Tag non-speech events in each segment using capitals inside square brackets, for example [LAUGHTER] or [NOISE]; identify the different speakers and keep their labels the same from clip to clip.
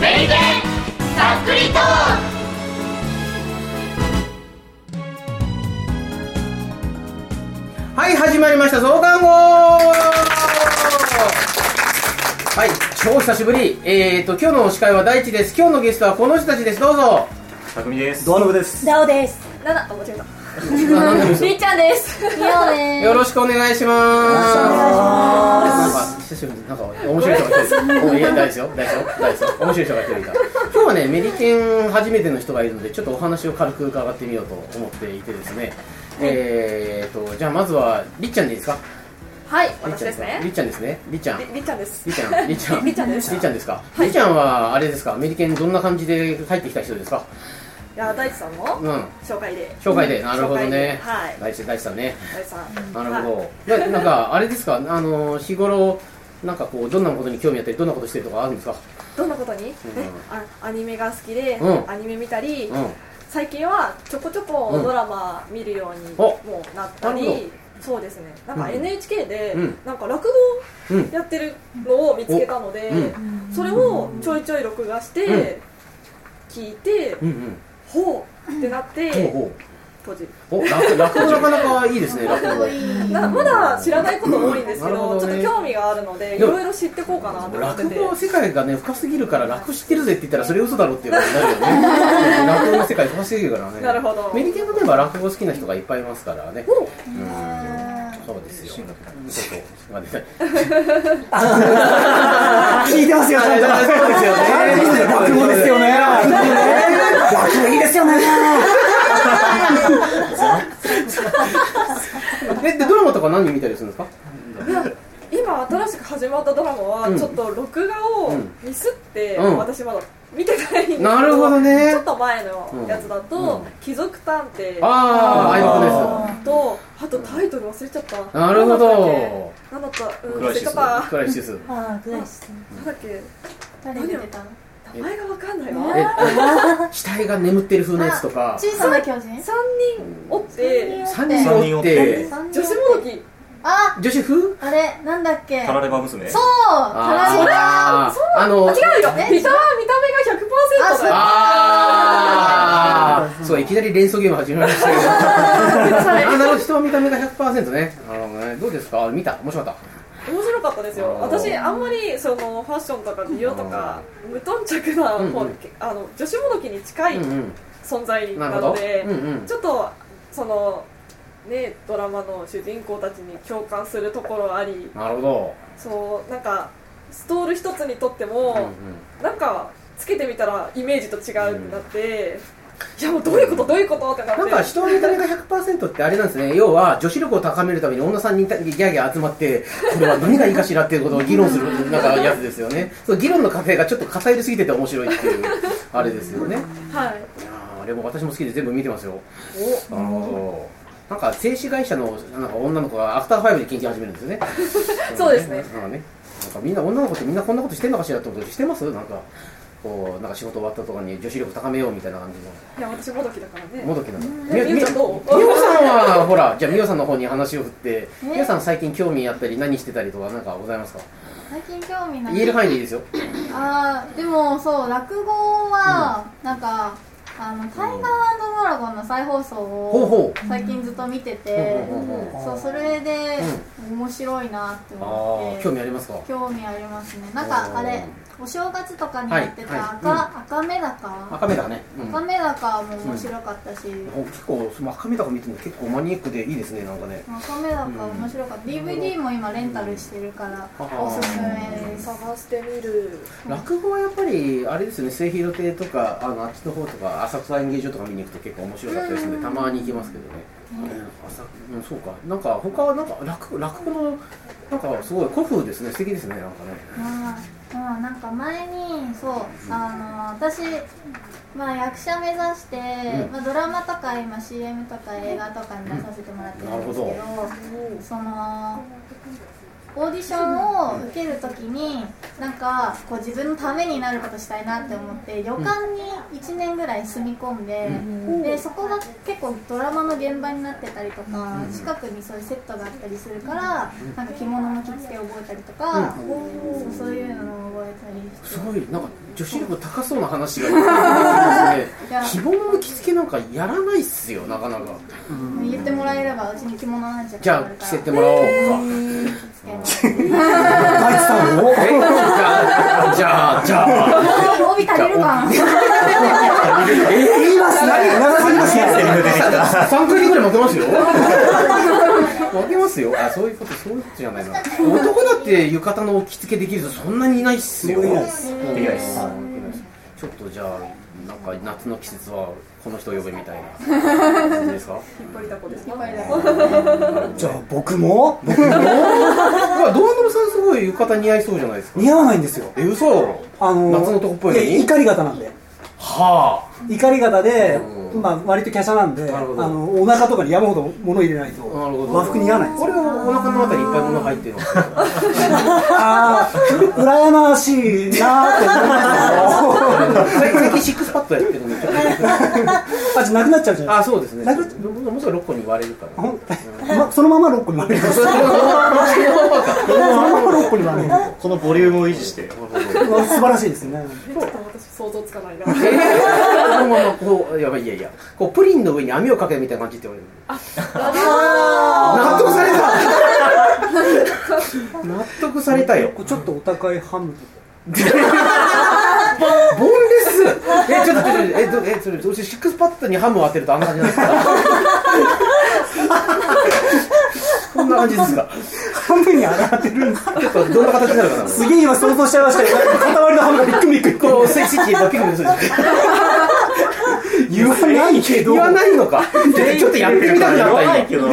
Speaker 1: メリケンざっくりトー
Speaker 2: はい、始まりました、増刊号はい、超久しぶり。えーと、今日の司会は大地です。今日のゲストはこの人たちです。どうぞ。
Speaker 3: 匠です。
Speaker 4: ドアノブです。
Speaker 5: ダオです。
Speaker 1: クななあ間違えた
Speaker 2: [LAUGHS] よ
Speaker 1: りっちゃんです
Speaker 5: ミオです。
Speaker 2: ろしくお願いします。なんか、久しぶりになんか、面白い人が一人いる。いや、大事ですよ。大事ですよ。大事ですよ。面白い人が一人いた。今日はね、メリケン初めての人がいるので、ちょっとお話を軽く伺ってみようと思っていてですね。えーと、じゃあまずは、りっちゃんでいいですか
Speaker 1: はい私です
Speaker 2: り
Speaker 1: ね
Speaker 2: っちゃんですね。りっちゃん。
Speaker 1: りりっちゃんです
Speaker 2: りちゃん、りちゃん、
Speaker 1: りっちゃんです
Speaker 2: りちゃんですか。りちゃんはあれですか、アメリケンどんな感じで入ってきた人ですか。
Speaker 1: いや大地さんの
Speaker 2: うん。
Speaker 1: 紹介で
Speaker 2: 紹介で、なるほど
Speaker 1: 紹介で
Speaker 2: ね。
Speaker 1: はい
Speaker 2: 大地大地さんね。
Speaker 1: 大地さん
Speaker 2: なるほど。ななんかあれですか、あの日頃なんかこうどんなことに興味あったり、どんなことしてるとかあるんですか。
Speaker 1: どんなことにえあアニメが好きで
Speaker 2: うん
Speaker 1: アニメ見たり
Speaker 2: うん。
Speaker 1: 最近はちょこちょこドラマ見るように
Speaker 2: ん
Speaker 1: もうなった
Speaker 2: なるほ
Speaker 1: りそうですねなん
Speaker 2: う
Speaker 1: か
Speaker 2: ん
Speaker 1: NHK で
Speaker 2: うん
Speaker 1: なんか落
Speaker 2: う
Speaker 1: 語
Speaker 2: ん
Speaker 1: やってるのを見つけたので
Speaker 2: おう
Speaker 1: それをちょいちょい録画して聞いて
Speaker 2: うんうん。
Speaker 1: ほうってなっ
Speaker 2: ほう
Speaker 1: て
Speaker 2: ほ
Speaker 1: 閉じる
Speaker 2: う。お、楽楽なかなかいいですね。楽語。
Speaker 1: なまだ知らないこと多いんですけ
Speaker 2: なるほど
Speaker 1: どちょ
Speaker 2: ね
Speaker 1: っと興味があるのでい
Speaker 2: でも
Speaker 1: ろいろ知ってこうかなと思って
Speaker 2: 落
Speaker 1: て
Speaker 2: 語の世界がね深すぎるから楽知ってるぜって言ったらそれ嘘だろっていうことになるよ
Speaker 1: [LAUGHS]
Speaker 2: ね落語の世界深すぎるからね
Speaker 1: なるほど
Speaker 2: メリケンのメンバー落語好きな人がいっぱいいますからね
Speaker 1: お
Speaker 2: そうですよ。そうそう。まあ、で
Speaker 4: 聞いてますよ、ちゃんと。
Speaker 2: そうですよね
Speaker 1: [LAUGHS]
Speaker 4: 落語ですよね。落語いいですよね。
Speaker 2: え、で、ドラマとか何見たりするんですか。
Speaker 1: 今新しく始まったドラマ
Speaker 2: うん
Speaker 1: はちょっと録画をミスって
Speaker 2: うん
Speaker 1: 私まだ見てないんですけ
Speaker 2: なるほどね
Speaker 1: ちょっと前のやつだ
Speaker 2: うん
Speaker 1: と「貴族探偵」
Speaker 2: あーあいうこ
Speaker 1: とあとタイトル忘れちゃった
Speaker 2: なるほど。
Speaker 1: 何だったっけ何だったうん
Speaker 3: クラ
Speaker 1: 忘
Speaker 3: イ
Speaker 1: れ
Speaker 3: シ
Speaker 1: ちゃっ
Speaker 3: ス
Speaker 2: い
Speaker 1: たな
Speaker 2: くらいシス。
Speaker 5: ああ、グライス。
Speaker 1: んだっけ
Speaker 5: 誰
Speaker 1: 出
Speaker 5: 出
Speaker 1: て
Speaker 5: てたの？
Speaker 1: 名前がわかんない
Speaker 2: え
Speaker 1: わ
Speaker 2: っ [LAUGHS] と、死体が眠ってる風のやつとか。
Speaker 5: 小さな巨人？
Speaker 1: 3人おって
Speaker 2: 三
Speaker 3: 人
Speaker 2: 人おって。
Speaker 5: 三人
Speaker 1: 女子もどき
Speaker 5: あ、
Speaker 2: 女子風。
Speaker 5: あれなんだっけ？
Speaker 3: タラレバ娘。
Speaker 5: そう。タ
Speaker 2: あーあの。
Speaker 1: 違うよ
Speaker 5: え
Speaker 1: [LAUGHS] 見た見た目が100%だよ
Speaker 2: ああ。そう、いきなり連想ゲーム始まりましたけど。あ、なるほど、人の見た目が100%ね。なるほどね。どうですか。見た、面白かっ
Speaker 1: 面白かったですよ
Speaker 2: あー
Speaker 1: 私あんまりそのファッションとか美容とか無頓着な
Speaker 2: うんうん
Speaker 1: こうあの女子もどきに近
Speaker 2: た。
Speaker 1: い
Speaker 2: うん
Speaker 1: 存在
Speaker 2: うん。な
Speaker 1: な
Speaker 2: るほ
Speaker 1: の
Speaker 2: ど。
Speaker 1: で、
Speaker 2: うんうん。
Speaker 1: ちょっとそのねドラマの主人公たちに共感するところあり
Speaker 2: なるほど。
Speaker 1: そうなんかストール一つにとって
Speaker 2: うんう
Speaker 1: も、
Speaker 2: ん。
Speaker 1: なんかつけてみたらイメージと違うってなって、いやもうどういうことどういうことってなって
Speaker 2: なんか人の見た目が100%ってあれなんですね要は女子力を高めるために女さんにギャーギャー集まってこれは何がいいかしらっていうことを議論す
Speaker 1: [LAUGHS]
Speaker 2: るなんかやつですよねそう議論の過程がちょっと偏りすぎてて面白いっていうあれですよね
Speaker 1: はい
Speaker 2: いやーあれも私も好きで全部見てますよ
Speaker 1: お
Speaker 2: なるほどなんか製紙会社のなんか女の子がアフターファイブで研究始めるんですよね
Speaker 1: [LAUGHS] そうですね
Speaker 2: なんかねなんかみんな女の子ってみんなこんなことしてんのかしらってことしてますなんかこうなんか仕事終わったとかに女子力高めようみたいな感じの
Speaker 1: いや私もどきだからね
Speaker 2: もどきなの。
Speaker 1: [LAUGHS] えみおちゃんどう
Speaker 2: みおさんは、ほら、じゃあみおさんの方に話を振って、
Speaker 5: え
Speaker 2: みおさん最近興味あったり、何してたりとか、なんかございますか
Speaker 5: 最近興味ない。
Speaker 2: 言える範囲でいいですよ。
Speaker 5: ああ、でもそう落語はなんかあのタイガードラゴンの再放送
Speaker 2: ほう
Speaker 5: を
Speaker 2: ほう。
Speaker 5: 最近ずっと見て
Speaker 2: ほう
Speaker 5: て、
Speaker 2: ほうほうほう
Speaker 5: そうそれで面白いなって思
Speaker 2: あ
Speaker 5: っ
Speaker 2: あ、
Speaker 5: て
Speaker 2: 興。味ありますか
Speaker 5: 興味ありますねなん
Speaker 2: お
Speaker 5: か
Speaker 2: ー
Speaker 5: あれお正月とかにやって
Speaker 2: はいは
Speaker 5: た
Speaker 2: い
Speaker 5: 赤,、赤目高
Speaker 2: 赤目だね。うん
Speaker 5: 赤目高も面白かったし、
Speaker 2: ほう結構、その赤目だか見ても結構マニアックでいいですね、なんかね。
Speaker 5: 赤目高面白かった、DVD も今レンタルしてるから
Speaker 2: あー
Speaker 5: おすすめです
Speaker 1: 探してみる
Speaker 2: 落語はやっぱり、あれですよね、末広亭とか、あの、あっちの方とか、浅草演芸場とか見に行くと結構面白かったりするんで、たまに行きますけどね。うん浅うん、そうか。なんか、他はなんか、落落語の、なんかすごい古風ですね、素敵ですね、なんかね。
Speaker 5: まあまあなんか前にそうあの私まあ役者目指して、
Speaker 2: うん
Speaker 5: まあ、ドラマとか今 CM とか映画とかに出させてもらってるんですけど,、
Speaker 2: うんなる
Speaker 5: そのオーディションを受けるときになんかこう自分のためになることしたいなって思って旅館に1年ぐらい住み込んで,、でそこが結構ドラマの現場になってたりとか、近くにそういうセットがあったりするから、なんか着物の着付けを覚えたりとか、そうそういうのを覚えたりし
Speaker 2: す
Speaker 5: て
Speaker 2: ごいなんか女子力高そうな話がですね
Speaker 5: や
Speaker 2: 着物の着付けなんかやらないっすよなかなか
Speaker 5: 言ってもらえればうちに着物なんじゃ
Speaker 2: じゃあ着せてもらおうか
Speaker 4: 大地さんも
Speaker 2: えじゃあじゃあじゃあ
Speaker 5: 帯足りるか
Speaker 2: [LAUGHS]
Speaker 4: 言いますね長すぎますね
Speaker 2: 3回ぐらい負けますよ負けますよあそういうことそういうことじゃないな男だって浴衣の着付けできる人そんなにいないっすよ
Speaker 4: いないっす
Speaker 2: いないっすちょっとじゃあなんか夏の季節はこの人を呼べみたいな感じです
Speaker 4: [LAUGHS]
Speaker 2: か
Speaker 1: 引っ張りだこですか
Speaker 5: 引っ張りだ
Speaker 1: こ
Speaker 4: じゃあ僕も
Speaker 2: まあ、堂安さんすごい浴衣似合いそうじゃないですか。
Speaker 4: 似合わないんですよ
Speaker 2: え、嘘。
Speaker 4: あの
Speaker 2: 夏の男っぽいのに
Speaker 4: や怒り方なんで
Speaker 2: は
Speaker 4: 怒り方で
Speaker 2: うん
Speaker 4: まあ割と華奢なんで
Speaker 2: な
Speaker 4: あ
Speaker 2: るほど
Speaker 4: のお腹とかに山ほど物入れない
Speaker 2: あ。
Speaker 4: と
Speaker 2: なるほど。
Speaker 4: 和服似合わないんですよ
Speaker 2: 俺はお腹の中にいっぱい物入って
Speaker 4: [LAUGHS]
Speaker 2: るの。
Speaker 4: あー羨ましい [LAUGHS] なーって思いますよ
Speaker 2: 最最近シックスパッドやってるのめっちゃ。
Speaker 4: あじゃあなくなっちゃうじゃない
Speaker 2: あ、そうですね。
Speaker 4: なく
Speaker 2: もうそれ六個に割れるから。
Speaker 4: ほんまそのまま六個に割れるそのまま六個に割れる
Speaker 3: このボリュームを維持して
Speaker 4: 素晴らしいですね
Speaker 1: れちょっと私想像つかないな
Speaker 2: えーこのままこうやばいいやいやこうプリンの上に網をかけるみたいな感じって言われる納得された納得されたよ
Speaker 4: これちょっとお高いハムとか
Speaker 2: ボンレスえ、ちょっと待って、え、どえ、それ、どうしてシックスパッドにハムを当てるとあんな感じなんですかこんな感じですか
Speaker 4: ハムに洗ってるんです
Speaker 2: ちょっとどんな形になるかな
Speaker 4: すげえ今想像しちゃいましたよ塊のハムがビックビックビック
Speaker 2: こう、スイッチってバッキングです
Speaker 4: 言わないけど
Speaker 2: 言わないのかちょっとやってみたくな
Speaker 3: 言わ
Speaker 2: った
Speaker 3: ない
Speaker 2: 今
Speaker 3: けど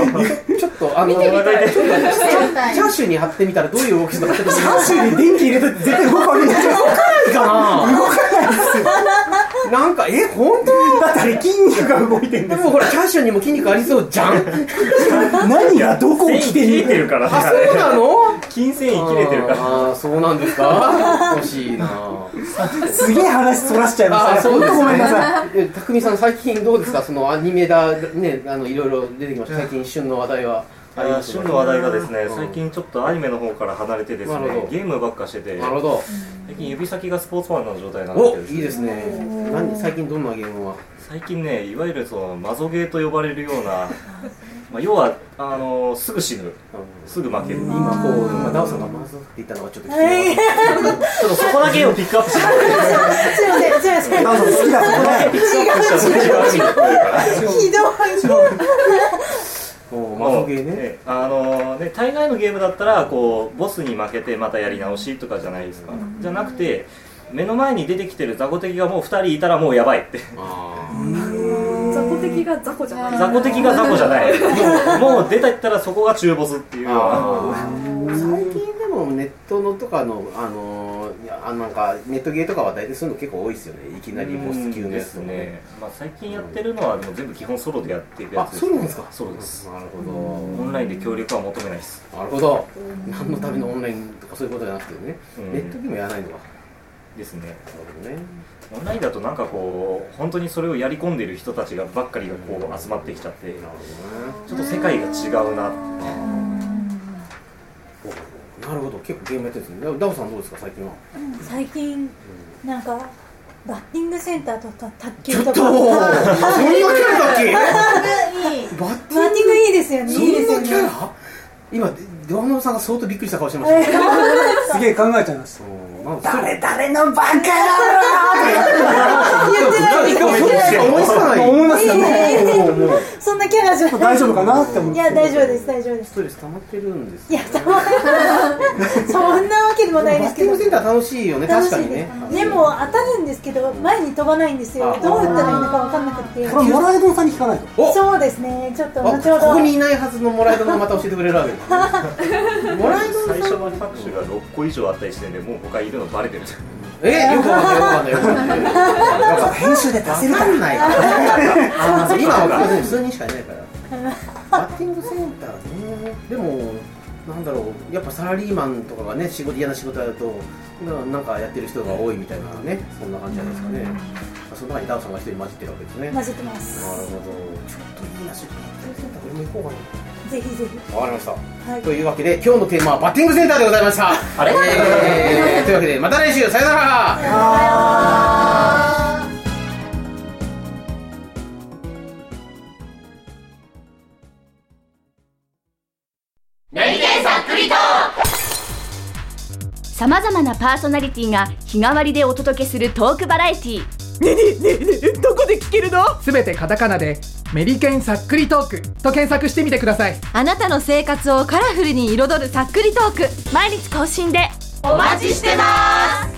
Speaker 2: ちょっとあの、ちょっとチャーシューに貼ってみたらどういう動きするのかちょっと
Speaker 4: チャーシューに電気入れたって絶対動くわけないじゃない
Speaker 2: 動かないですよなんか、え、本当
Speaker 4: だってあれ筋肉が動いてるん
Speaker 2: で
Speaker 4: です
Speaker 2: もほら、チャーシューにも筋肉ありそうじゃん
Speaker 4: 何がどこを
Speaker 3: 線
Speaker 4: 着て
Speaker 3: 切れ
Speaker 4: る
Speaker 3: てるから
Speaker 2: あ、そうなの
Speaker 3: 筋繊維切れてるから
Speaker 2: あーそうなんですか欲しいな
Speaker 4: すげえ話そらしちゃいました
Speaker 2: あ
Speaker 4: ね
Speaker 2: そう
Speaker 4: 本
Speaker 2: で
Speaker 4: 当
Speaker 2: す
Speaker 4: ごめんなさい
Speaker 2: ねたくみさん最近どうですかそのアニメだねあのいろいろ出てきました最近旬の話題はあり
Speaker 3: あ
Speaker 2: ます
Speaker 3: 旬の話題がですね、
Speaker 2: うん
Speaker 3: 最近ちょっとアニメの方から離れてです
Speaker 2: なるほど
Speaker 3: ねゲームばっかしてて
Speaker 2: なるほど
Speaker 3: 最近指先がスポーツマンの状態なんです
Speaker 2: お
Speaker 3: けど
Speaker 2: いいですね何最近どんなゲームは
Speaker 3: 最近ねいわゆるそのマゾゲーと呼ばれ
Speaker 2: [LAUGHS]
Speaker 3: るようなまあ要はあのすぐ死ぬすぐ負ける
Speaker 2: 今
Speaker 3: 今
Speaker 2: こう今ダオさんがまずって言ったのがちょっと聞きながら
Speaker 3: ちょっとそこだけをピックアップして
Speaker 6: すいません、すいません。
Speaker 4: ダンさん好きだ
Speaker 3: そこだ
Speaker 4: から
Speaker 3: け
Speaker 4: ね
Speaker 3: ピックアップしたのが
Speaker 6: ひどい。
Speaker 2: こうマゾゲーね
Speaker 3: ええあのね大概のゲームだったらこうボスに負けてまたやり直しとかじゃないですかじゃなくて目の前に出てきてる雑魚敵がもう2人いたらもうやばいって
Speaker 2: あ
Speaker 1: 雑魚敵が雑魚じゃない
Speaker 3: 雑魚敵が雑魚じゃないもうもう出てったらそこが中ボスっていう
Speaker 2: ー
Speaker 3: ような
Speaker 2: あー最近でもネットのとかのあのーいやあなんかネットゲーとかは大体そういうの結構多いですよねいきなりボス級の
Speaker 3: で
Speaker 2: やつ
Speaker 3: す
Speaker 2: とかね
Speaker 3: ね、まあ、最近やってるのはでも全部基本ソロでやっていくや
Speaker 2: あ
Speaker 3: つ
Speaker 2: そうなんですか
Speaker 3: そうです
Speaker 2: なるほ
Speaker 3: オンラインで協力は求めないです
Speaker 2: どなるほど何のためのオンラインとかそういうことじゃなくてね
Speaker 3: うん
Speaker 2: ネットゲームやらないのか
Speaker 3: ですね
Speaker 2: なるほどね
Speaker 3: オンラインだとなんかこう本当にそれをやり込んでる人たちがばっかりがこう集まってきちゃって
Speaker 2: なる
Speaker 3: ちょっと世界が違うな
Speaker 2: ほどねあーなるほど結構ゲームやってるんですねダオさんどうですか最近は
Speaker 6: 最近、なんか、バッティングセンターとか卓
Speaker 2: ち
Speaker 6: 球
Speaker 2: ょっ
Speaker 6: と
Speaker 2: と
Speaker 6: か。
Speaker 2: そんなキャラだっけ
Speaker 5: いい
Speaker 2: バッテ
Speaker 6: バッティングいいですよね。
Speaker 2: そ
Speaker 6: いいですよ
Speaker 2: んなキャ
Speaker 6: ね。
Speaker 2: ラ今ドアノブさんが相当びっくりした顔してましたね
Speaker 4: [LAUGHS] すげえ考えちゃいました
Speaker 2: そうなんか
Speaker 4: 誰誰のバカ野
Speaker 6: 言ってない
Speaker 2: でもそれしか思いつかない
Speaker 4: 思いますよね
Speaker 2: もうもう
Speaker 6: そんなキャラじゃない。
Speaker 4: 大丈夫かなって思っ
Speaker 6: い
Speaker 4: て
Speaker 6: や、大丈夫です、大丈夫で
Speaker 2: ス
Speaker 6: す。
Speaker 2: トレス溜まってるんです
Speaker 6: い
Speaker 2: ね
Speaker 6: や、 [LAUGHS] そんなわけでもないで
Speaker 2: バ
Speaker 6: す
Speaker 2: ッティン
Speaker 6: けど
Speaker 2: グ。センター楽しいよね確
Speaker 6: 楽し
Speaker 2: か
Speaker 6: い
Speaker 2: に
Speaker 6: で
Speaker 2: ね
Speaker 6: す。でも、当たるんですけど、前に飛ばないんですよ
Speaker 2: あ。
Speaker 6: どう打ったらいいのか分かんなくて。
Speaker 4: これモラエドンさんに聞かないと
Speaker 2: お
Speaker 6: そうですね、ちょっと
Speaker 2: あ
Speaker 6: 後ほ
Speaker 2: こ
Speaker 6: ど
Speaker 2: こ。にいないはずのもらいどがまた教えてくれるわけですねもらいど
Speaker 3: 最初の拍手が6個以上あった時点でもう他いるのバレてるじゃん
Speaker 2: えよくわかんないよくわかんないよくわかんない
Speaker 4: 編集で出せる
Speaker 2: わ
Speaker 4: か
Speaker 2: からんないから今は普通にしかいないからバッティングセンターねでもなんだろうやっぱサラリーマンとかがね仕事嫌な仕事やるとななんかやってる人が多いみたいなねそんな感じじゃないですかね、まあその中にダウさんが一人混じってるわけですね
Speaker 6: 混じってま
Speaker 2: なる
Speaker 6: す
Speaker 2: ほど。ちょっといいな、ちょっとバッティングセンター、俺も行こうか
Speaker 6: ぜひぜひ
Speaker 2: な。わかりました。
Speaker 6: はい
Speaker 2: というわけで、今日のテーマはバッティングセンターでございました。
Speaker 3: あれ
Speaker 2: えーというわけで、また来週、さよなら。
Speaker 7: さまざまなパーソナリティが日替わりでお届けするトークバラエティ
Speaker 8: すべてカタカナで「メリケンさっくりトーク」と検索してみてください
Speaker 7: あなたの生活をカラフルに彩るさっくりトーク毎日更新でお待ちしてます